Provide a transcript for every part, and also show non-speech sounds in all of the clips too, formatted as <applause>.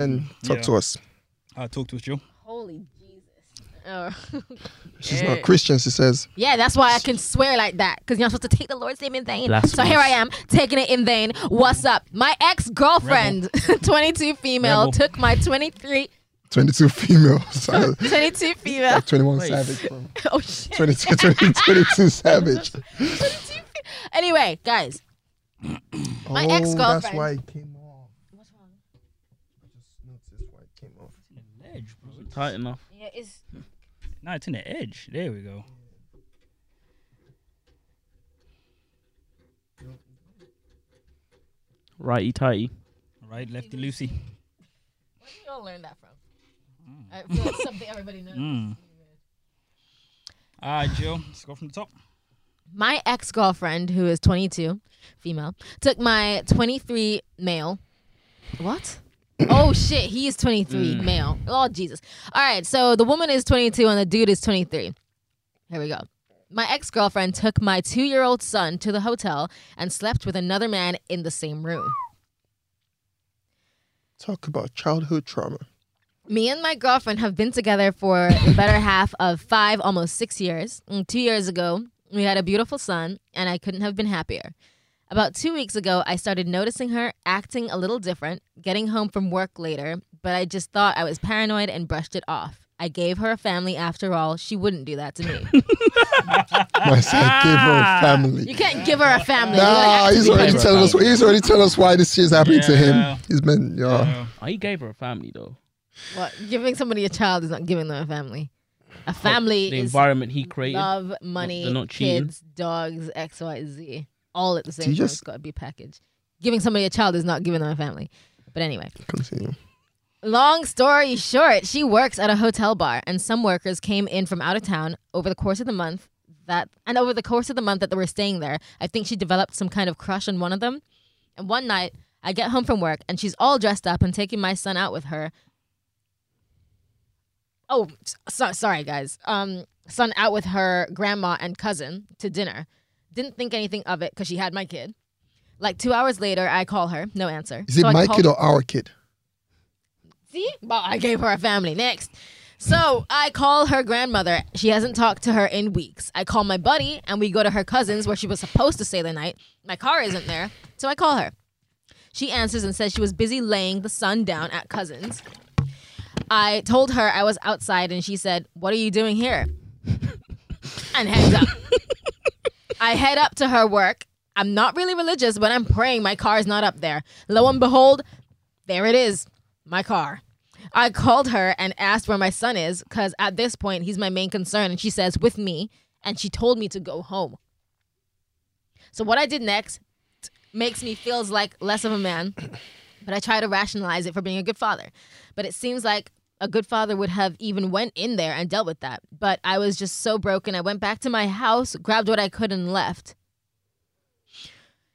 and talk Mm. Yeah. to us. Uh, talk to us, Jill. Holy Jesus. Oh. <laughs> She's Yeah. not Christian, she says. Yeah, that's why I can swear like that because you're not supposed to take the Lord's name in vain. Blasphemous. So here I am taking it in vain. What's up? My ex girlfriend, <laughs> 22 female, Rebel. took my 23, 22 females. <laughs> <laughs> 22 female. 21 Wait. Savage, bro. <laughs> oh shit. 22, <laughs> 22, 22 Savage. 22 fe- anyway, guys, My oh, That's ex-girlfriend. why it came off. What's wrong? I just noticed why it came off. Edge, bro. Tight enough. Yeah, it's No, it's in the edge. There we go. Righty tighty. All right, lefty loosey. where did you all learn that from? I feel like something everybody knows. Mm. All right, Jill. Let's go from the top. My ex girlfriend, who is 22, female, took my 23 male. What? oh shit, he is 23 male. Oh Jesus. All right, so the woman is 22 and the dude is 23. Here we go. My ex girlfriend took my two year old son to the hotel and slept with another man in the same room. Talk about childhood trauma. Me and my girlfriend have been together for the better half of five, almost six years. Mm, Two years ago, we had a beautiful son, and I couldn't have been happier. About two weeks ago, I started noticing her acting a little different, getting home from work later, but I just thought I was paranoid and brushed it off. I gave her a family after all. She wouldn't do that to me. Ah. I said, gave her a family. You can't give her a family. You gotta Nah, act he's to be already her. telling us. He's already telling us why this shit is happening to Yeah. him. He's been, Uh. yeah. Oh, he gave her a family though. What? Giving somebody a child is not giving them a family. A family The is environment he created. love, money, they're not cheating. kids, dogs, X, Y, Z, all at the same you time. just- It's got to be packaged. Giving somebody a child is not giving them a family. But anyway, Continue. long story short, she works at a hotel bar, and some workers came in from out of town over the course of the month that, and over the course of the month that they were staying there, I think she developed some kind of crush on one of them. And one night, I get home from work, and she's all dressed up and taking my son out with her. Oh, so, sorry, guys. Um, son out with her grandma and cousin to dinner. Didn't think anything of it because she had my kid. Like two hours later, I call her, no answer. Is it So I my call- kid or our kid? <laughs> See? Well, I gave her a family. Next. So I call her grandmother. She hasn't talked to her in weeks. I call my buddy and we go to her cousin's where she was supposed to stay the night. My car isn't there. So I call her. She answers and says she was busy laying the sun down at cousin's. I told her I was outside and she said, What are you doing here? and heads up. I head up to her work. I'm not really religious, but I'm praying my car's not up there. Lo and behold, there it is, my car. I called her and asked where my son is because at this point he's my main concern. And she says, with me. And she told me to go home. So what I did next t- makes me feels like less of a man, <coughs> but I try to rationalize it for being a good father. But it seems like a good father would have even went in there and dealt with that. But I was just so broken. I went back to my house, grabbed what I could, and left.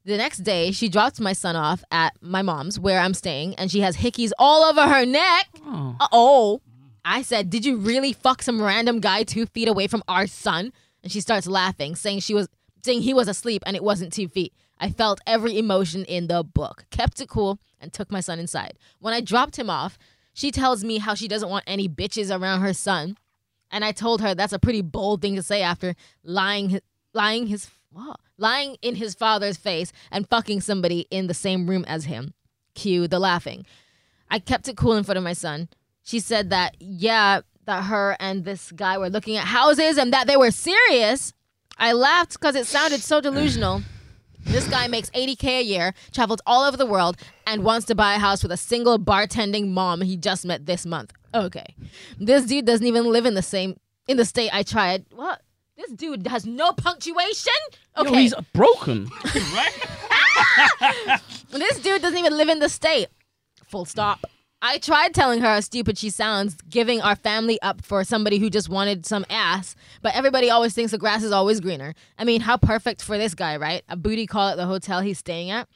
The next day, she drops my son off at my mom's where I'm staying, and she has hickeys all over her neck. Oh. Uh oh. I said, Did you really fuck some random guy two feet away from our son? And she starts laughing, saying she was saying he was asleep and it wasn't two feet. I felt every emotion in the book, kept it cool, and took my son inside. When I dropped him off, she tells me how she doesn't want any bitches around her son. And I told her that's a pretty bold thing to say after lying his, lying his wow, lying in his father's face and fucking somebody in the same room as him. Cue the laughing. I kept it cool in front of my son. She said that yeah, that her and this guy were looking at houses and that they were serious. I laughed cuz it sounded so delusional. This guy makes 80k a year, travels all over the world, and wants to buy a house with a single bartending mom he just met this month. Okay, this dude doesn't even live in the same in the state I tried. What? This dude has no punctuation. Okay, Yo, he's <laughs> broken. this dude doesn't even live in the state. Full stop. I tried telling her how stupid she sounds, giving our family up for somebody who just wanted some ass, but everybody always thinks the grass is always greener. I mean, how perfect for this guy, right? A booty call at the hotel he's staying at.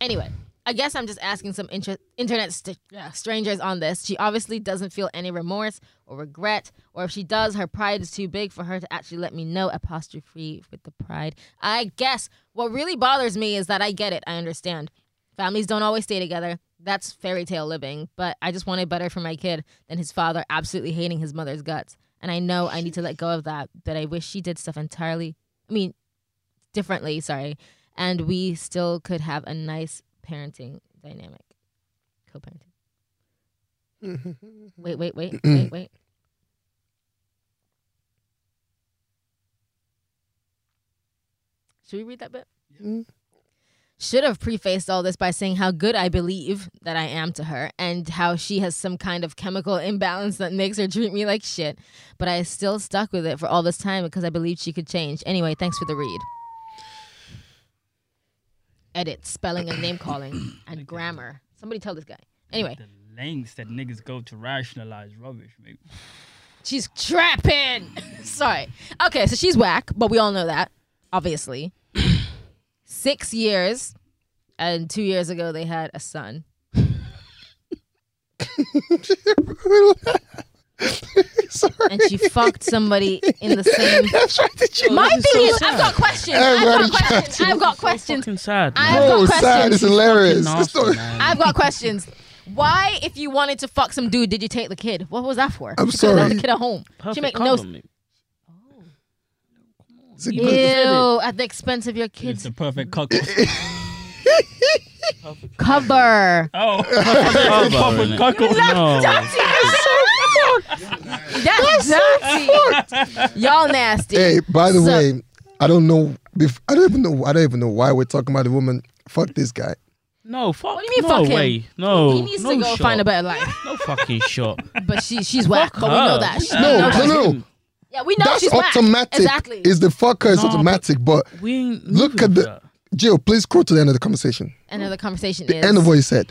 Anyway, I guess I'm just asking some inter- internet st- yeah, strangers on this. She obviously doesn't feel any remorse or regret, or if she does, her pride is too big for her to actually let me know. Apostrophe with the pride. I guess what really bothers me is that I get it. I understand. Families don't always stay together. that's fairy tale living, but I just wanted better for my kid than his father absolutely hating his mother's guts. And I know I need to let go of that, but I wish she did stuff entirely, I mean, differently, sorry. And we still could have a nice parenting dynamic. Co parenting. Wait, wait, wait, wait, wait. Should we read that bit? should have prefaced all this by saying how good I believe that I am to her and how she has some kind of chemical imbalance that makes her treat me like shit. But I still stuck with it for all this time because I believed she could change. Anyway, thanks for the read. Edit, spelling and name calling and grammar. Somebody tell this guy. Anyway, The lengths that niggas go to rationalize rubbish, mate. she's trapping. <laughs> Sorry. Okay, so she's whack, but we all know that, obviously. <clears throat> Six years, and two years ago they had a son. <laughs> Sorry. and she fucked somebody in the <laughs> same. <laughs> That's right. Did you? My this is thing so is, I've got questions. Everybody I've got tried questions. I've got questions. Fucking sad. I- man. I've got Oh, questions. sad. It's hilarious. It's Nasty, not- man. I've got questions. Why, if you wanted to fuck some dude, did you take the kid? What was that for? I'm You could've left sorry. The kid at home. She Perfect make no. condom, mate. It's a good- Ew, at the expense of your It's kids. the perfect cuckold. Cover. Oh, Cover, perfect innit? cuckold. No. That's nasty. Y'all nasty. Hey, by the So- way, I don't know. If, I don't even know. I don't even know why we're talking about the woman. Fuck this guy. No, fuck. What do you mean, no fuck him? way. No. he needs no to go shot. find a better life. No fucking shot. But she, she's whack. But we know her. that. She- No, we know no, that. no. Yeah, we know That's she's whack. automatic. Exactly. Is the fucker is No, but- automatic? But We <laughs> ain't Look moving at for the- that. Jill, please scroll to the end of the conversation. Another conversation The is. end of what he said.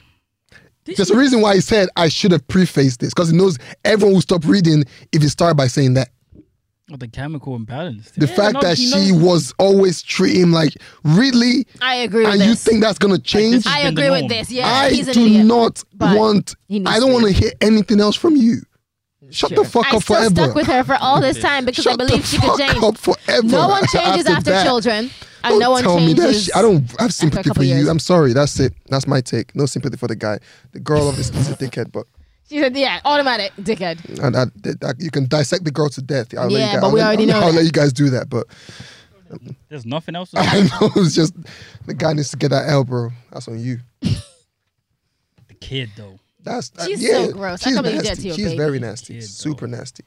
There's a reason why he said I should have prefaced this because he knows everyone will stop reading if he started by saying that. <coughs> With the chemical imbalance. The Yeah, fact no, that he she knows- was always treating him like really, I agree with and this. you think that's gonna change? Like, I been the agree with norm. this. Yeah, I he's an do idiot. not but want. he needs I don't to want to hear anything else from you. Shut the fuck I up still forever. stuck with her for all this time because Shut I believe the she fuck could change. up forever. No one after- changes after, that. children, and Don't no one tell changes. me that shit. I don't have sympathy couple for you. years. I'm sorry. That's it. That's my take. No sympathy for the guy. The girl obviously is a dickhead, but She said, "Yeah, automatic, dickhead." and I, that- that- you can dissect the girl to death. I'll let Yeah, you guys, but we I'll let- already know I'll that. let you guys do that, but <laughs> There's nothing else. I know it's just the guy needs to get that L, bro. That's on you. the kid, though. That's that, She's yeah, so gross. I She's can't believe you did nasty. to your she's baby. very nasty. Kid, super nasty.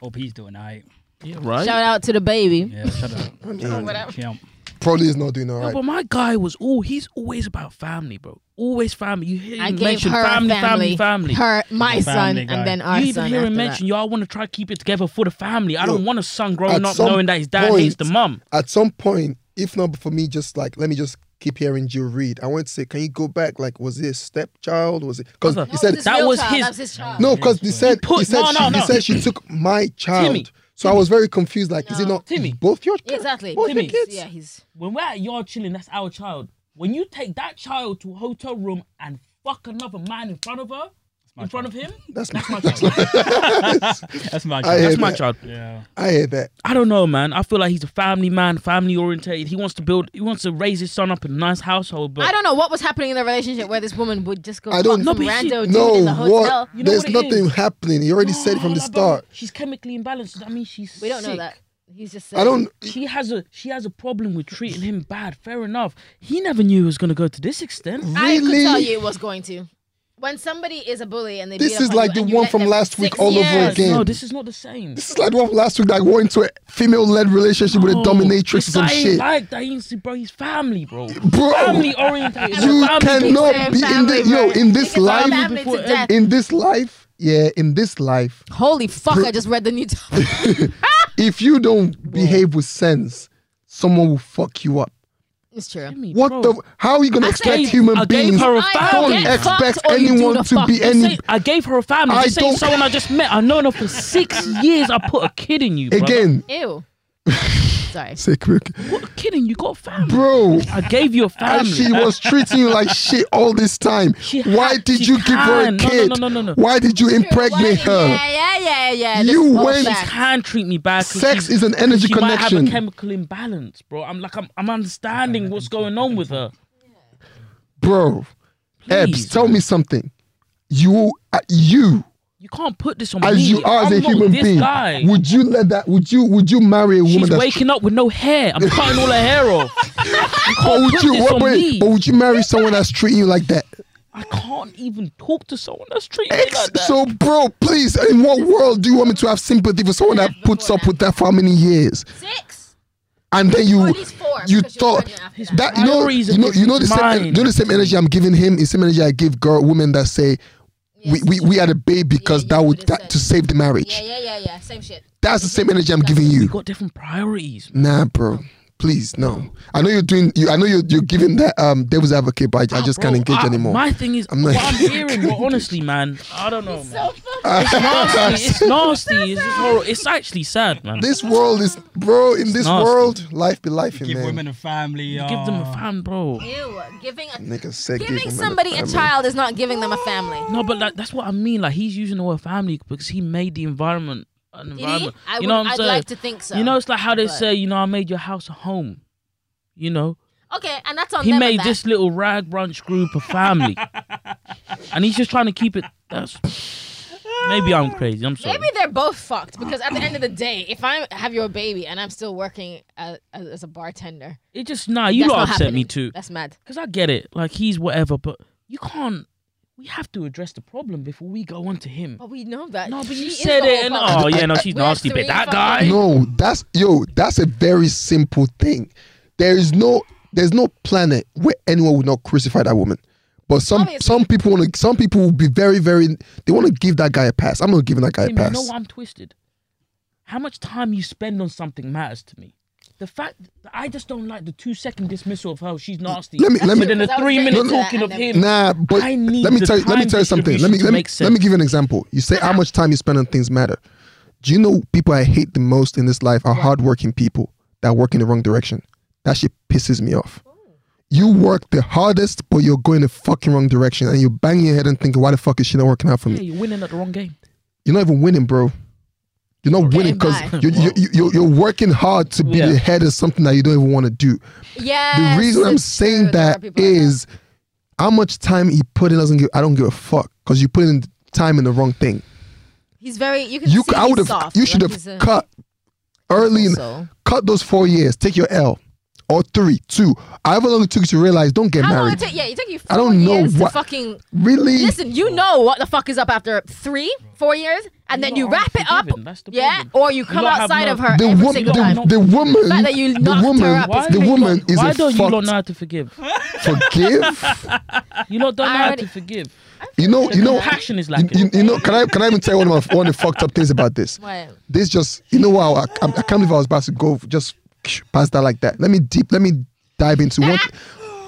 Hope he's doing all right. Yeah, right. Shout out to the baby. Yeah, shut up. <laughs> Whatever. Champ. Probably is not doing all No, right. but my guy was all he's always about family, bro. Always family. You hear I him gave mention her family, a family, family, family. her my son, Family guy. and then our you even son. hear after him that. mention, yo, I want to try to keep it together for the family. I Look, don't want a son growing at up some knowing that his dad hates point- the mum. At some point, if not for me, just like let me just keep hearing Jill read. I want to say, can you go back? Like, was it a stepchild? Was it? Because No, he said This is That real was child, his- That was his child. No, because he He said put- he said no, she, no, he no. said she took my child. Timmy. So I was very confused. Like, is it No. not Timmy. both your kids? exactly. Both Timmy. your kids. Yeah, he's When we're at yard chilling, that's our child. When you take that child to a hotel room and fuck another man in front of her, in front of him, That's my. that's my child. That's my I That's hear job. my that. child. Yeah. <laughs> I hear that. I don't know, man. I feel like he's a family man, family orientated. He wants to build, he wants to raise his son up in a nice household. But I don't know what was happening in the relationship where this woman would just go I don't- fuck No, some but she- rando dude No, in the hotel. what? You know There's what it nothing happening. He already said it <laughs> from the Oh, brother, start. She's chemically imbalanced. so That means she's. We don't know sick. that. He's just. I don't. She has a she has a problem with treating him bad. Fair enough. He never knew it was gonna go to this extent. I could Really? tell you it was going to. When somebody is a bully and they This beat up is on like you the and you one let from them last week six all over years. again. No, this is not the same. This is like the one from last week that went into a female-led relationship with a No, dominatrix or Oh, this guy some ain't shit, Like that, he's bro. He's family, bro. bro. Family oriented. You family cannot Same be in family, the yo bro. in this Niggas are life. family to Before uh, death. In this life, yeah, in this life, Holy fuck! I just read the new. if you don't behave with sense, someone will fuck you up. it's true. family, What bro. the? How are you gonna I expect gave- human I gave beings? her a I don't family. get fucked expect or you do anyone the to fuck. be Just any- Say- I gave her a family. I Just saying don't- someone I just met. I know her <laughs> for six years. I put a kid in you, bro. Again, <laughs> Ew. Sorry. say quick, What a kid in you? Got a family. bro. I gave you a family. And she was treating you like shit all this time. <laughs> She Why ha- did she you give her a can. No, no, kid? no, no, no, no. Why did you impregnate her? Yeah, yeah, yeah, yeah. This You is all went- she facts. can treat me bad. 'cause Sex she's- is an energy she might have connection. a chemical imbalance, bro. I'm like, I'm, I'm understanding what's going on with her. Bro, Ebs, tell me something. You, uh, you, You can't put this on me. as you are as I'm a not human this being, guy. would you let that? Would you? Would you marry a woman She's that's waking up with no hair. I'm cutting all her hair off. You <laughs> But can't would put you? this What, on me. but, but would you marry someone that's treating you like that? I can't even talk to someone that's treating me Ex- like that. so, bro, please. In what world do you want me to have sympathy for someone that puts up with that for how many years? Six. And then Or you, at least four. you because you're thought pregnant after that. that you know, Priorities are you know, you know the same, different. you know the same energy I'm giving him is same energy I give girl women that say. We, we, we had a baby because you that would would've that, said- to save the marriage. Yeah, yeah, yeah, yeah. Same shit. That's the same energy I'm giving you. We got different priorities. Nah, bro. Please, no. I know you're doing. You, I know you're you're giving that um devil's advocate, but I, I just can't Ah, Bro, engage I- anymore. <laughs> My thing is, I'm I'm like- what I'm hearing, bro, honestly, man, I don't know, <laughs> man. Ah. It's nasty. It's just horrible. It's actually sad, man. this world is, bro. In this nasty. world, life be life, Give man. women a family. Uh, Give them a fan, bro. Ew. Giving a Nigga said give giving women somebody a family. child is not giving them a family. No, but like, that's what I mean. Like he's using the word family because he made the environment an Did he? environment. I you would, know what I'm I'd saying? like to think so. you know, it's like how they but- say, you know, I made your house a home. You know, okay, and that's on he them and made that. this little rag brunch group <laughs> a family, and he's just trying to keep it. That's maybe I'm crazy. I'm sorry. Maybe they're both fucked because at the end of the day, if I have your baby and I'm still working as, as a bartender, It just nah. You that's lot not upset me happening. too. That's mad. Because I get it. Like, he's whatever, but you can't. We have to address the problem before we go on to him. Oh, But we know that. No, but She you is said the it, and whole oh, problem. yeah, no, she's We have nasty, three but that fucking- guy. No, that's yo. That's a very simple thing. There is no, there's no planet where anyone would not crucify that woman. But some Obviously. some people want to. Some people will be very very. They want to give that guy a pass. I'm not giving that guy a Tim, you know pass. what? I'm twisted. How much time you spend on something matters to me. The fact that I just don't like the two second dismissal of her, she's nasty. Let me- let me- But then the Because I was three getting minute into that talking of and then- him. Nah, but I need let me the tell you, let me time tell you something. Let me distribution let to me make let me sense. give you an example. You say how much time you spend on things matter. Do you know people I hate the most in this life are hardworking people that work in the wrong direction? That shit pisses me off. You work the hardest, but you're going the fucking wrong direction, and you're banging your head and thinking, "Why the fuck is she not working out for Yeah, me?" you're winning at the wrong game. You're not even winning, bro. You're not winning because bye. you're, you're, you're, you're working hard to be Yeah. the head of something that you don't even want to do. Yes, The reason I'm it's saying true, there are that people like is how much time he put in doesn't give. I don't give a fuck because you put in time in the wrong thing. he's very. You can. You see I would he's have soft, you like should he's a- have cut early. In, Also. cut those four years. Take your L or three, two. However long it took you to realize. Don't get How long married. it take? Yeah, it took you. Four I don't know years what- To fucking really? listen, you know what the fuck is up after three, four years, and then you You're not wrap it up. unforgiving, that's the yeah, problem. or you You come lot have outside no- of her the, every wo- single the- <laughs> time. the woman, fact that you the knocked her woman, up is the crazy. woman is Why a don't you lot fucked know how to forgive? forgive. <laughs> You lot don't know I how already- to forgive. You know, The you know, compassion is you, lacking. you- you know. Can I can I even tell one of my, one of the fucked up things about this? What? This just you know wow. I, I, I can't believe I was about to go just past that like that. Let me deep. Let me dive into one.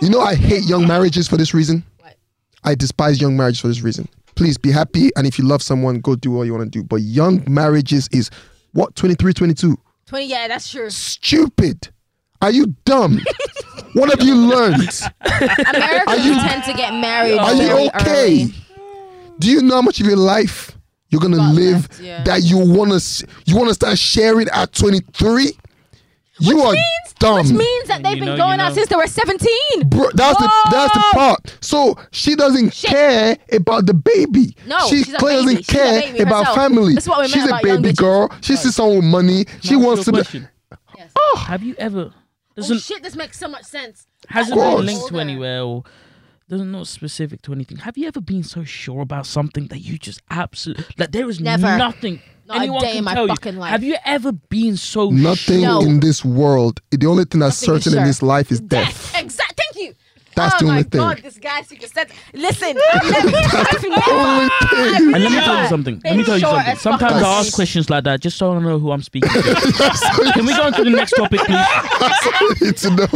You know I hate young marriages for this reason. What? I despise young marriages for this reason. Please be happy, and if you love someone, go do what you want to do. But young marriages is what 23, 22. Twenty? Yeah, that's true. Stupid. Are you dumb? what have you learned? Americans you- tend to get married. Are very you okay? early. Do you know how much of your life you're gonna Got live left, yeah. that you wanna s- you wanna start sharing at 23? You are means- dumb, Which means that they've You been know, you going out know. since they were seventeen. bro. That's the that's the Whoa! part. So she doesn't care about the baby. No, she she's a clearly baby. doesn't She's a care baby about herself. family. That's what we meant she's about a young baby bitches. girl. She sees someone with money. She Can I ask wants to. you a Be, question? Yes. Have you ever? Oh Doesn't shit! This makes so much sense. hasn't course. been linked to Older. anywhere or doesn't not specific to anything. Have you ever been so sure about something that you just absolutely like there is Never. nothing Not a anyone day can in my tell fucking you. life. Have you ever been so nothing No. sure? in this world. The only thing that's Nothing is certain in sure. this life is Death. death. <laughs> Exact. Thank you. That's oh the only my thing. God, this guy's secret sense. Listen, <laughs> let me I've never- Only thing. And let me tell Yeah. you something. Let Been me tell you sure something. as fuck Sometimes I as- ask questions like that just so I know who I'm speaking to. Can we go on to the next topic, please? That's all I need to know.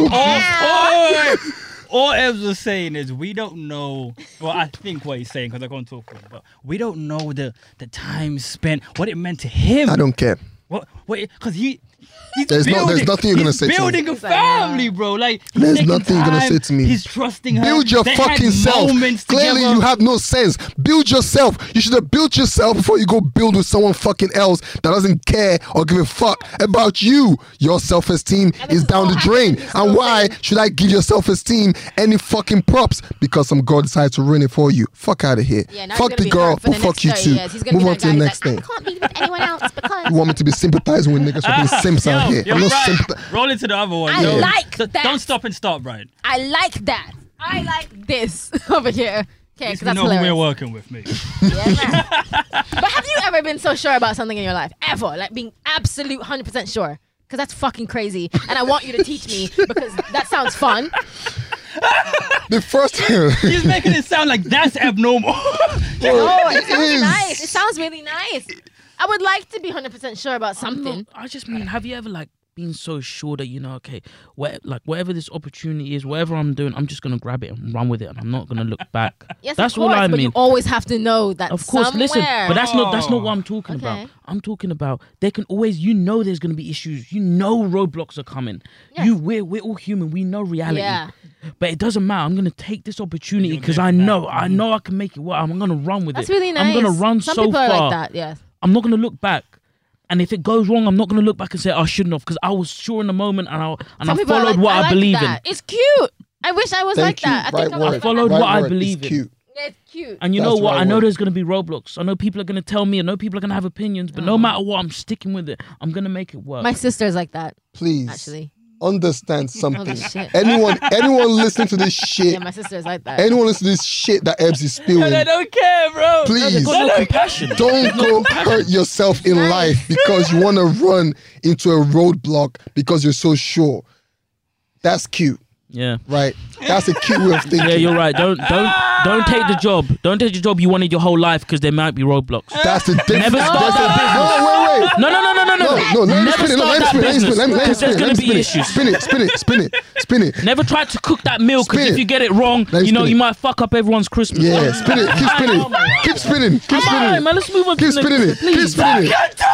<laughs> All Evs was saying is we don't know. Well, I think what he's saying because I can't talk for him, but we don't know the the time spent, what it meant to him. I don't care. What? Wait, because he. He's There's no- building, there's nothing you're gonna he's say to me. building a It's like, nah. family, bro. Like he's There's taking nothing you're gonna time, say to me. He's trusting her. <laughs> Build your They had fucking self. moments Clearly, together. you have no sense. Build yourself. You should have built yourself before you go build with someone fucking else that doesn't care or give a fuck about you. Your self esteem And this is is down all the drain. happening in And slow why motion. should I give your self esteem any fucking props? Because some girl decided to ruin it for you. Fuck out of here. Yeah, now he's fuck gonna the be girl, hurt for but the fuck next you 30 too. years. He's gonna Move be on that to the guy who's next like, thing. I can't be with anyone else You because want me to be sympathizing with niggas for being <laughs> simps out here? Yo, I'm you're not right. sympathizing. Roll into the other one. I yo. like Don't- that. Don't stop and start, Brian. I like that. I like this <laughs> over here. Okay, At least because we that's know who we're hilarious. working with, <laughs> me. Yeah, man. but have you ever been so sure about something in your life? Ever? Like being absolute 100% sure? Because that's fucking crazy. And I want you to teach me because that sounds fun. The first <laughs> He's making it sound like that's abnormal. Oh, it, It sounds is. nice. It sounds really nice. I would like to be 100% sure about something. I just mean, have you ever like been so sure that you know, okay, where, like whatever this opportunity is, whatever I'm doing, I'm just gonna grab it and run with it, and I'm not gonna look back. <laughs> Yes, that's of course, all I but mean. you always have to know that Of course, somewhere. listen, but that's not that's not what I'm talking Okay. about. I'm talking about they can always, you know, there's gonna be issues. You know, roadblocks are coming. Yes. You we're we're all human. We know reality. Yeah. But it doesn't matter. I'm gonna take this opportunity You'll because make I it know I know I can make it. Well, I'm gonna run with That's it. really nice. I'm gonna run Some so people far. are like that, yes. I'm not gonna look back. And if it goes wrong, I'm not gonna look back and say I shouldn't have because I was sure in the moment and I and Some I people are followed like, what I, like believe that. It's cute. I wish I was <laughs> like Thank you. that. I Right think I'm word. I followed Right what I word. It's believe in. cute. It's cute. in. And you That's know what? right I know word. there's gonna be roadblocks. I know people are gonna tell me. I know people are gonna have opinions. But no matter what, I'm sticking with it. I'm gonna make it work. Mm. My sister's like that, Please. actually. <laughs> understand <laughs> something. shit. anyone, anyone listening to <laughs> this shit, Yeah, my sister's like that. anyone listen to this shit that Ebs is <laughs> spewing, I don't care, bro. please got no compassion. don't go hurt yourself in Nice. life because you want to run into a roadblock because you're so sure. That's cute, Yeah. right? That's a cute way of thinking. Yeah, you're right. Don't don't don't take the job. Don't take the job you wanted your whole life because there might be roadblocks. That's the difference. Never That's stop the No, wait, wait. No, no, no, no, no, No, no. no, let me Never spin it. No, let start me that spin it. Let me business. spin it. Let me- let me spin it. Let 'cause there's gonna me be spin it. issues. Spin it, spin it, spin it, spin it. Never try to cook that meal Spin because it. if you get it wrong, Let me you know spin you it. might fuck up everyone's Christmas. Yeah, spin it. Keep spinning. Keep spinning. Keep All right, spinning. man, let's move on. Keep to the next- spinning it. Keep Please. spinning it.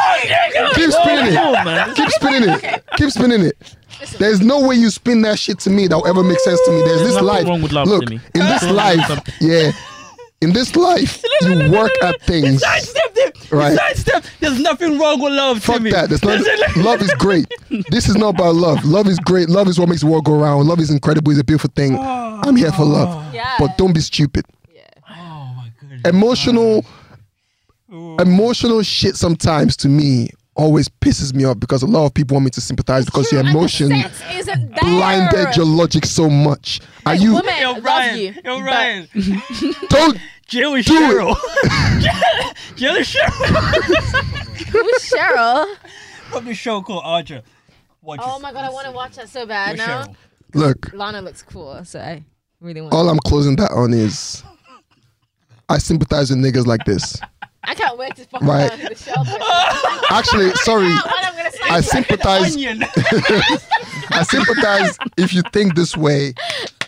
Keep spinning Come it. on, man. Keep spinning it. Keep spinning it. There's no way you spin that shit to me that will ever make sense to me. There's, There's this nothing life. wrong with love, Look, Timmy. in this life, yeah, in this <laughs> life, you work at things. Sidestep him. Right. Sidestep. There's nothing wrong with love, Fuck Timmy. that. There's not, love is great. This is not about love. Love is great. Love is what makes the world go round. Love is incredible. It's a beautiful thing. I'm here for love, Oh. Yeah. but don't be stupid. Oh my goodness. Emotional, emotional shit sometimes to me always pisses me off because a lot of people want me to sympathize because your True, and the emotion. sense isn't there. blinded your logic so much. Are Like, you woman, I Yo, love Ryan. you, Yo, but- Ryan. don't Jill is Do it. Cheryl. <laughs> Jill is Cheryl. Who's Cheryl? From the show called Audra. Watch Oh it. my god, I want to watch that so bad You're now. Cheryl. look? Lana looks cool, so I really want. All I'm closing that on is I sympathize with niggas like this. I can't wait to fucking Right. learn the show. I <laughs> Actually, sorry, don't know what I'm gonna say. <laughs> I sympathize. <laughs> Onion. I sympathize if you think this way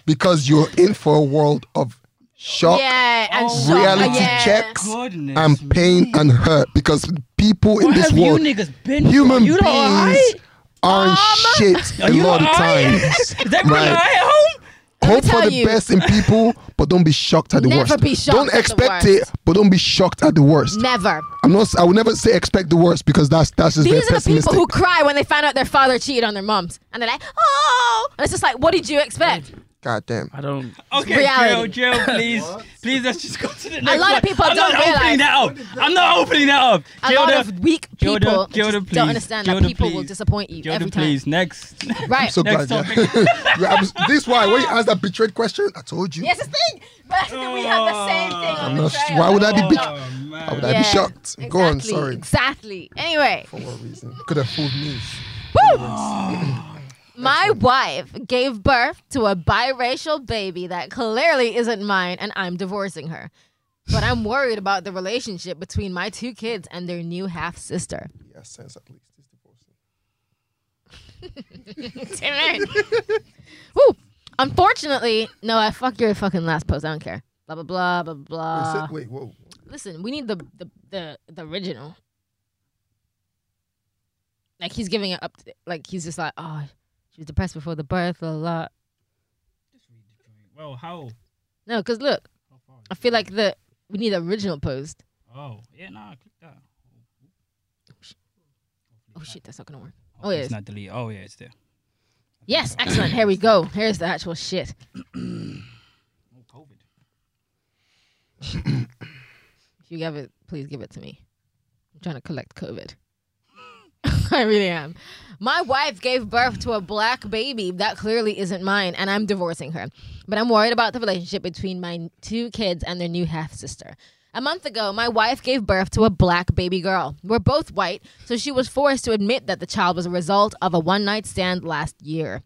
because you're in for a world of shock yeah, and Oh, shock. reality yeah. checks. Goodness. and pain and hurt because people in What this have world, you niggas been through? human You beings, don't alright? aren't shit Are a you lot of alright? times. Is everyone Right. all right at home? Hope for tell the you. best in people, but don't be shocked at the Never worst. be shocked don't at the expect worst. it, but don't be shocked at the worst. Never. I'm not. I would never say expect the worst because that's that's just very These are the people pessimistic. who cry when they find out their father cheated on their moms, and they're like, "Oh!" And it's just like, "What did you expect?" God damn. I don't. Okay, reality. Jill, <laughs> Jill, please, please, let's just go to the next lot of one. people I'm don't not realize- opening that up. I'm not opening that up. A Jill, lot the- of weak people Jordan, just Jordan, please. don't understand Jordan, that people will please. disappoint you Jill, every time. <laughs> please, next. Right. So Next glad. Yeah. Yeah, <laughs> I'm s- this why when you asked that betrayed question, I told you. Yes, it's thing. But <laughs> we have the same thing on not- betrayal. why would I be Oh, bitch- no. I would man. have Yeah, been shocked. Exactly, Go on. Sorry. Exactly. Anyway, For what reason? Could have fooled me. woo! My wife gave birth to a biracial baby that clearly isn't mine, and I'm divorcing her. But I'm worried about the relationship between my two kids and their new half sister. <laughs> Yeah, sense at least. It's divorcing. Woo! Unfortunately, no, I fuck your fucking last post. I don't care. Blah blah blah blah blah. Wait, wait, whoa. Listen, we need the the the, the original. Like he's giving it up. To, like he's just like, oh, she was depressed before the birth. La la. Well, how? No, because look, How far? I feel like the we need the original post. Oh, yeah, nah, click that. Oh shit, that's not gonna work. Oh, Oh, yeah, It's it's- not delete. Oh, yeah, it's there. Yes, excellent. Here we go. Here's the actual shit. Oh, COVID. If you give it, please give it to me. I'm trying to collect COVID. <laughs> I really am. My wife gave birth to a black baby that clearly isn't mine, and I'm divorcing her. But I'm worried about the relationship between my two kids and their new half sister. A month ago, my wife gave birth to a black baby girl. We're both white, so she was forced to admit that the child was a result of a one night stand last year.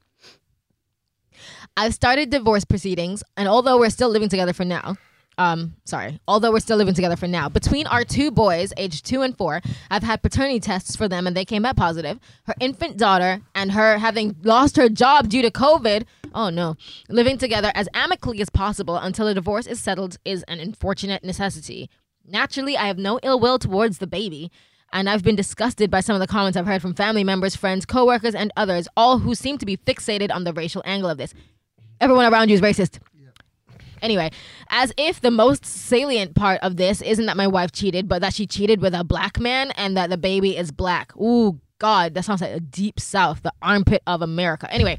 I've started divorce proceedings, and although we're still living together for now, um, sorry, although we're still living together for now, between our two boys, aged two and four, I've had paternity tests for them, and they came back positive. Her infant daughter and her having lost her job due to COVID. Oh no, living together as amicably as possible until a divorce is settled is an unfortunate necessity. Naturally, I have no ill will towards the baby and I've been disgusted by some of the comments I've heard from family members, friends, coworkers, and others, all who seem to be fixated on the racial angle of this. Everyone around you is racist. Anyway, as if the most salient part of this isn't that my wife cheated, but that she cheated with a black man and that the baby is black. Ooh, God, that sounds like the deep south, the armpit of America. Anyway,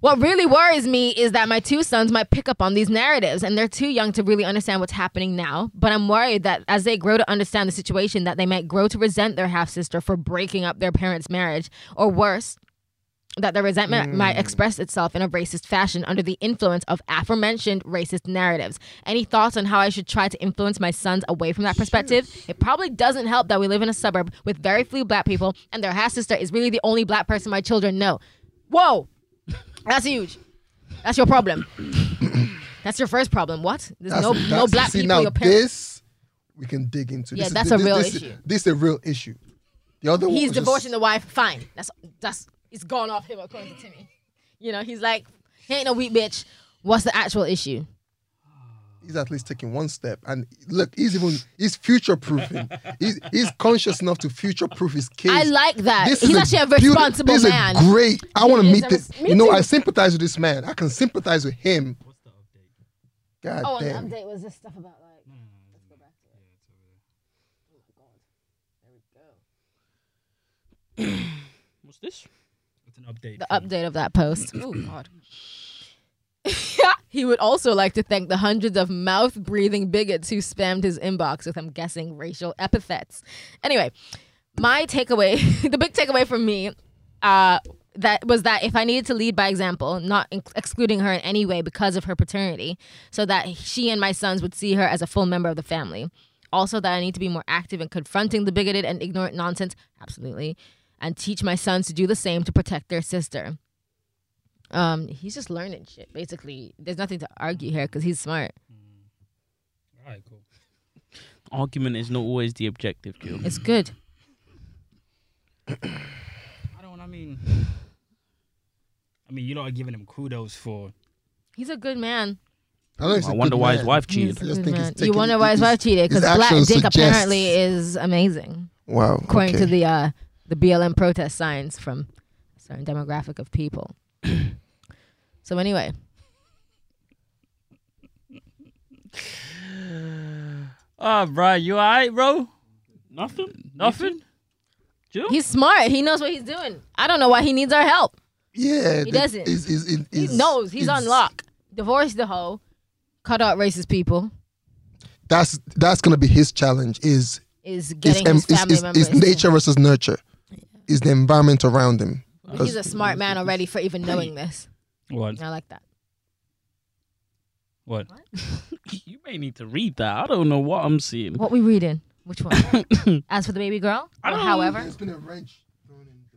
what really worries me is that my two sons might pick up on these narratives and they're too young to really understand what's happening now. But I'm worried that as they grow to understand the situation that they might grow to resent their half sister for breaking up their parents' marriage or worse that the resentment Hmm. might express itself in a racist fashion under the influence of aforementioned racist narratives. Any thoughts on how I should try to influence my sons away from that perspective? It probably doesn't help that we live in a suburb with very few black people and their half sister is really the only black person my children know. Whoa! <laughs> That's huge. That's your problem. <coughs> That's your first problem. What? There's That's- no that's- no black see, people. now your parents. this we can dig into. Yeah, this that's is, a real this, issue. Is, this is a real issue. The other one He's was divorcing just, the wife. Fine. That's that's it's gone off him according to Timmy. You know, he's like, he ain't no weak bitch. What's the actual issue? He's at least taking one step, and look, he's even he's future <laughs> proofing. he's, he's conscious enough to future proof his case. I like that. This He's is actually a, beauti- responsible this man. Is a great. I want to is meet a this. res- me You know, too. I sympathize with this man. I can sympathize with him. What's the update? God oh, and the damn. update was this stuff about like. No, no, no, no, no. Yeah, it's over there. What's this? It's an update. the from- update of that post. oh God. <laughs> he would also like to thank the hundreds of mouth-breathing bigots who spammed his inbox with, I'm guessing, racial epithets. Anyway, my takeaway, <laughs> the big takeaway from me, uh, that was that if I needed to lead by example, not in- excluding her in any way because of her paternity, so that she and my sons would see her as a full member of the family. Also, that I need to be more active in confronting the bigoted and ignorant nonsense, absolutely, and teach my sons to do the same to protect their sister. Um, he's just learning shit. Basically, there's nothing to argue here because he's smart. All right, cool. Argument is not always the objective, Jill. It's good. I don't. I mean, I mean, you lot are giving him kudos for. He's a good man. I, know he's I a wonder good why man. his wife He's cheated. a I just good think he's man. You taking- wonder why his his- wife cheated his because black dick actions suggest- apparently is amazing, Wow. according okay. to the uh, the BLM protest signs from a certain demographic of people. <clears throat> so anyway, Ah, bro, you alright, bro? Nothing. Nothing. Jill. he's smart. He knows what he's doing. I don't know why he needs our help. Yeah, He the- doesn't. Is, is, is, He is, knows he's is- on lock. Divorce the hoe. Cut out racist people. That's that's gonna be his challenge. Is Is is, getting em- his is, family is, members. is nature versus nurture? Is the environment around him? But He's a smart man already for even knowing this. What? I like that. What? <laughs> you may need to read that. I don't know what I'm seeing. <laughs> What we reading? <coughs> Which one? As for the baby girl, I or don't- however, been a wrench.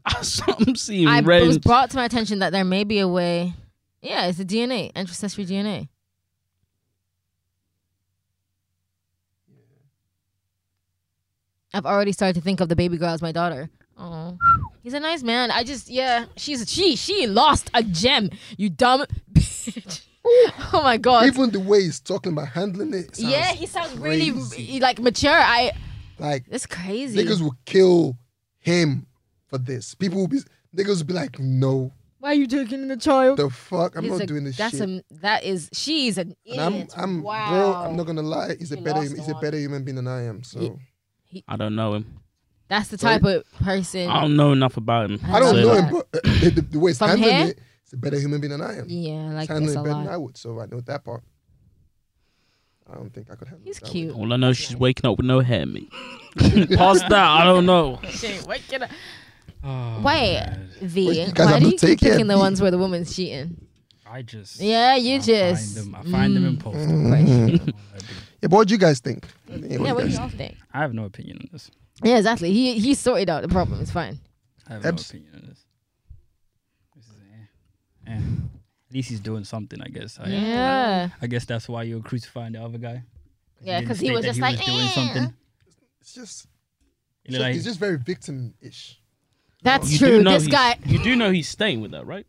I'm seeing I, it red. was brought to my attention that there may be a way. Yeah, it's the DNA, ancestry DNA. I've already started to think of the baby girl as my daughter. Oh, he's a nice man. I just yeah, she's she she lost a gem. You dumb <laughs> bitch. oh my god. Even the way he's talking about handling it. Sounds yeah, he sounds crazy. really like mature. I like That's crazy. niggas will kill him for this. People will be niggas will be like, no, Why are you taking the child? the fuck, I'm He's not a- doing this that's shit. A, that is she's an and idiot. I'm, I'm, wow. bro, I'm not gonna lie. He's a You better, lost he's the a one. better human being than I am. So I don't know him. that's the Sorry? type of person. I don't know enough about him. I don't So, know like, him, but uh, <laughs> the, the, the way he's From handling here? it, he's a better human being than I am. yeah, He's like handling it's a it better than I lot. would, so I know that part. I don't think I could handle. He's it that way. cute. All I know is she's waking up with no hair, mate. <laughs> Past that, I don't know. Oh, Wait, man. V. Well, you guys why have to do you keep take care picking the of ones where the woman's cheating? I just. Yeah, you I just- Mm. Find them, I find them <laughs> impossible. <laughs> Yeah, but what do you guys think? Yeah, what yeah, you what do guys y'all think? I have no opinion on this. Yeah, exactly. He he sorted out the problem. It's fine. I have Ebs? no opinion on this. This is eh. eh. At least he's doing something, I guess. I, Yeah. I guess that's why you're crucifying the other guy. Yeah, didn't 'cause he state was that just like, doing "Eh." something. It's just, You know, like, it's just very victim-ish. That's You do true. know This he's- guy. You do know he's staying with her, right?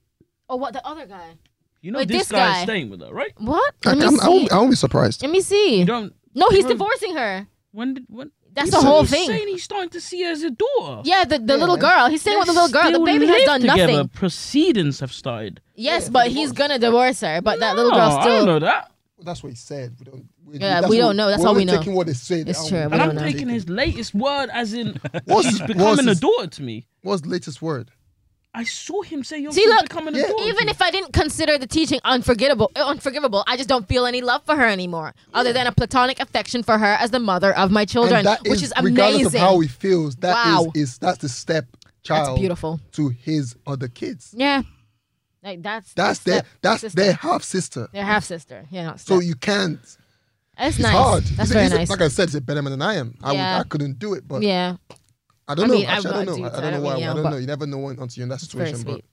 Oh, what the other guy? You know Wait, this this, guy's guy. staying with her, right? What? I, Let me I'm- I, see. won't, I won't be surprised. Let me see. You don't. No, he's Bro. divorcing her. When did when? That's He's the so whole He's thing. saying he's starting to see her as a daughter. Yeah, the, the little girl. He's staying with the They little girl. The still baby has live done together. nothing. Proceedings have started. Yes, but he's gonna divorce her. But that little No, girl I don't still. know that. Well, that's what he said. We don't. We, Yeah, we don't know. That's we're all we only know. Taking what they said. It's I true, don't- we And don't I'm know. taking his latest word as in <laughs> What's she's his- what's becoming a his- daughter to me. What's the latest word? I saw him say, "Yo, See, she's look, becoming a yeah, daughter." Even if I didn't consider the teaching unforgettable, uh, unforgivable, I just don't feel any love for her anymore, other than a platonic affection for her as the mother of my children, And that which is regardless amazing. of how he feels. That is Wow. is that's the step child. that's beautiful. To his other kids. Yeah, like that's That's their step- that's sister. their half sister. their half sister. Yeah, not So step. you can't. that's it's nice. hard. That's He's a- very he's a- nice. Like I said, he's a better man than I am. I Yeah. would I couldn't do it, but yeah, I I don't know. mean, Actually, I I'm don't not know. dude, I don't know I why. don't I know, don't know. but- You never know until you're in that it's very situation. But sweet.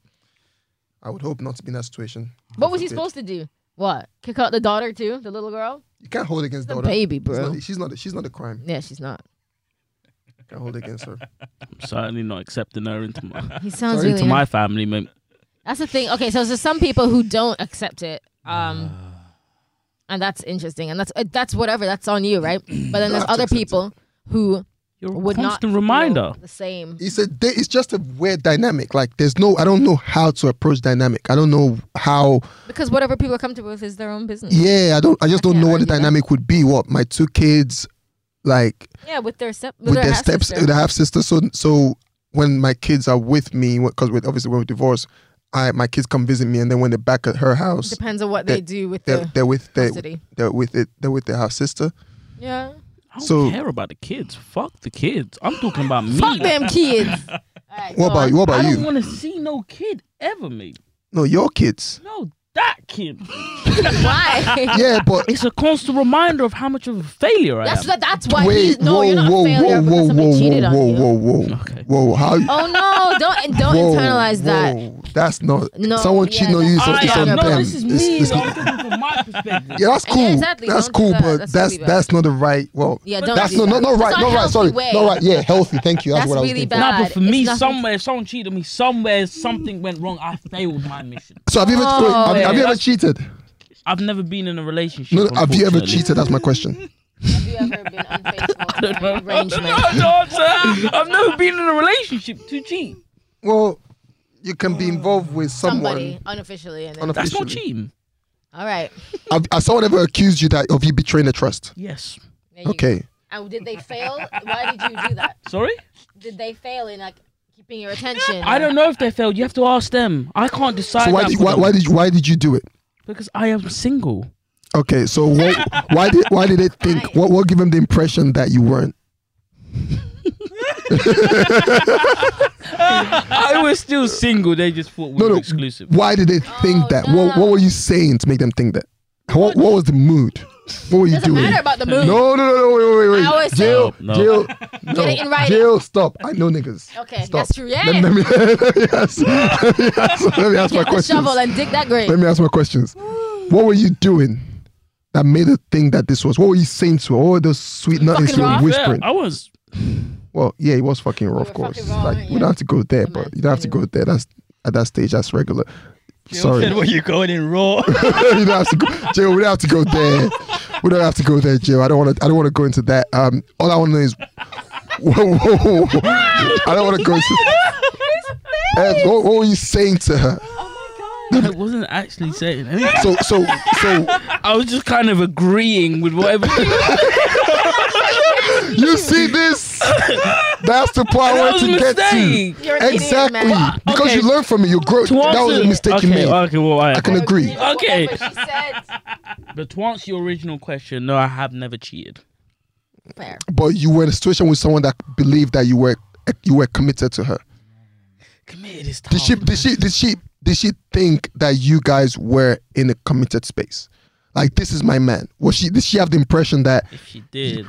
I would hope not to be in that situation. What was he forbid. supposed to do? What? Kick out the daughter too? The little girl? You can't hold against The daughter. baby, It's bro. not- she's not. She's not a crime. Yeah, she's not. You can't hold against her. I'm certainly not accepting her <laughs> into my He sounds Sorry, really. into my family, mate. That's the thing. Okay, so there's some people who don't accept it. Um, Ah. and that's interesting. And that's uh, that's whatever. That's on <clears throat> you, right? But then You there's have to other accept it. people who You're a would not constant feel reminder. the same. <laughs> It's a. da- It's just a weird dynamic. Like there's no. I don't know how to approach dynamic. I don't know how. Because whatever people are comfortable with is their own business. Yeah, Yeah. I don't. I just I don't know what the can't argue that. dynamic would be. What my two kids, like with their step with, with their steps, half-sister. with their half sister. So so when my kids are with me, because obviously when we divorce, I my kids come visit me, and then when they're back at her house, Depends on what They- they do with they're, the they're with they custody. they're with it. They're with their half sister. Yeah. I don't So- care about the kids. Fuck the kids. I'm talking about me. Fuck them <laughs> kids. All right, What go about on. you? <laughs> What about I don't you? want to see no kid ever, mate. No, your <laughs> kids. No, that kid. Why? Yeah, but It's a constant reminder of how much of a failure I That's am. the, that's why. he, no, you're not a whoa, failure whoa, because somebody whoa, cheated on whoa, you. whoa, whoa, whoa, Okay. whoa, how? Oh no! Don't don't whoa, internalize that. whoa, That's not. No, someone yeah, cheating on you. It's, that's- it's I on am. them. No, this is It's- me. it's- so I'm talking from my <laughs> perspective. yeah, that's cool. exactly, That's don't do cool, that, but that's that's really bad. that's not the right. Well, Yeah, don't. that's do not that. not not That's right. not Not right. healthy Sorry. way. Not right. Yeah, healthy. Thank you. That's, That's what I was really thinking. bad. Nah, but for It's me, nothing- somewhere, if someone cheated on me, somewhere, something went wrong. I failed my mission. So have you ever? wait, Oh, have, yeah, have you ever that's- cheated? I've never been in a relationship. No, no, have you ever unfortunately. cheated? That's my question. Have you ever been unfaithful to an <laughs> No, arrangement? no, sir. I've never been in a relationship to cheat. <laughs> Well, you can be involved with <laughs> Somebody someone. unofficially, and then, unofficially. That's not cheating. all right. Have, has someone ever accused you that of you betraying a trust? Yes. There you Okay. go. And did they fail? Why did you do that? Sorry? Did they fail in like keeping your attention? I don't know if they failed. You have to ask them. I can't decide. So why that did for why, them. why did you, why did you do it? Because I am <laughs> single. Okay, so what, why did why did they think what what gave them the impression that you weren't? I was still single. They just thought we No, were no. exclusive. Why did they think Oh, that? What what were you saying to make them think that? What what was the mood? What were you Doesn't doing? matter about the mood. No, no, no, no, wait, wait, wait. I always say- Jill, No, no. <laughs> Jill, it in no, writing. Jill, stop. I know niggas. Okay, stop. that's true. Yeah. Let, let me, <laughs> yes, yes. <laughs> Let me ask my Get the questions. shovel and dig that grave. Let me ask my questions. What were you doing that made her think that this was? What were you saying to her? Oh, the sweet, not Fucking raw. instrument whispering. Yeah, I was. Well, yeah, it was fucking raw, of fucking course. raw, like yeah. we don't have to go there, but man, you don't have to go anyway. there. That's at that stage, that's regular. Sorry, Said, you were you going <laughs> in raw? don't have to go, Jill. We don't have to go there. We don't have to go there, Jill. I don't want to. I don't want to go into <laughs> <laughs> that. Um, all I want to know is, whoa, whoa, whoa, whoa. I don't want to go into. asked, what, what were you saying to her? I wasn't actually saying anything. So, so, so I was just kind of agreeing <laughs> with whatever. you see this? That's the point I That was wanted a to get to. mistake. You're an Exactly. idiot, man. Because Okay. you learn from it, you grow. To That was a answer- mistake okay, you made. Okay, well, I, I can agree. Okay. Whatever she said. But to answer your original question, no, I have never cheated. Fair. But you were in a situation with someone that believed that you were you were committed to her. Committed is tough. Did she? Did she? Did she? Did she think that you guys were in a committed space? Like this is my man. Was she? Did she have the impression that? If she did,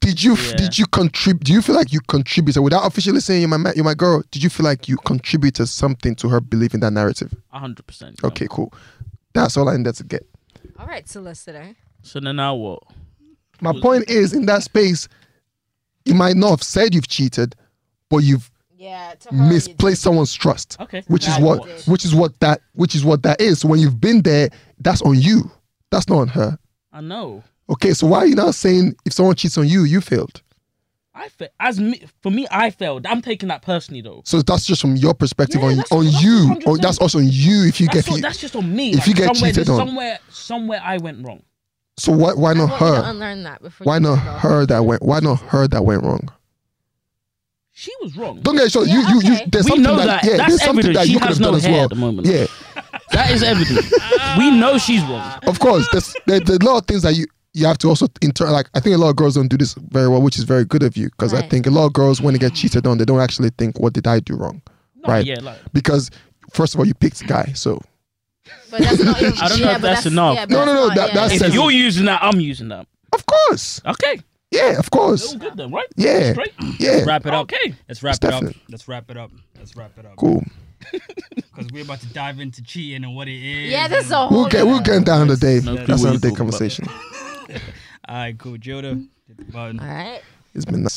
Did you? Yeah. Did you contribute? Do you feel like you contributed without officially saying you're my man, you're my girl? Did you feel like you contributed something to her believing that narrative? hundred percent. Okay, cool. That's all I needed to get. All right, solicitor. So then now what? My point is, in that space, you might not have said you've cheated, but you've Yeah. To misplaced someone's trust, Okay. which is Now what, which is what that, which is what that is. So when you've been there, that's on you. That's not on her. I know. Okay, so why are you now saying if someone cheats on you, you failed? I fa- as me, for me, I failed. I'm taking that personally though. So that's just from your perspective Yeah, on that's- on that's you, or 100%. that's also on you if you That's, get. what- that's just on me. if like, you get somewhere, cheated there's on. somewhere, somewhere I went wrong. so why why I not want you to her? unlearn that before. Why you not go. her that went? Why not her that went wrong? She was wrong. Don't get sure. Yeah, you, you, you, okay. there's we something know that, that. yeah, there's That's something evident. that she you could have has done no as hair well. at the moment. Yeah, That is evident. we know she's wrong. of course. There's, there, there's a lot of things that you you have to also inter like. I think a lot of girls don't do this very well, which is very good of you because I Right. think a lot of girls when they get cheated on, they don't actually think what did I do wrong, No, right? Yeah, like, Because first of all, you picked guy, so But that's <laughs> not. Even, I don't know yeah, if but that's enough. Yeah, but No, no, no, not- that- yeah. that's if sensible. you're using that, I'm using that. of course, Okay. yeah, of course, All good then, right? yeah, Straight. yeah, Wrap it up. Okay. Let's wrap It's it up. definite. Let's wrap it up. Let's wrap it up. cool. Because we're about to dive into cheating and what it is. Yeah, this is and- a whole. We'll get we'll get down the day. No clue That's what you're another day talking about. conversation. All right, cool. Joda, hit the button. All right. It's been nice.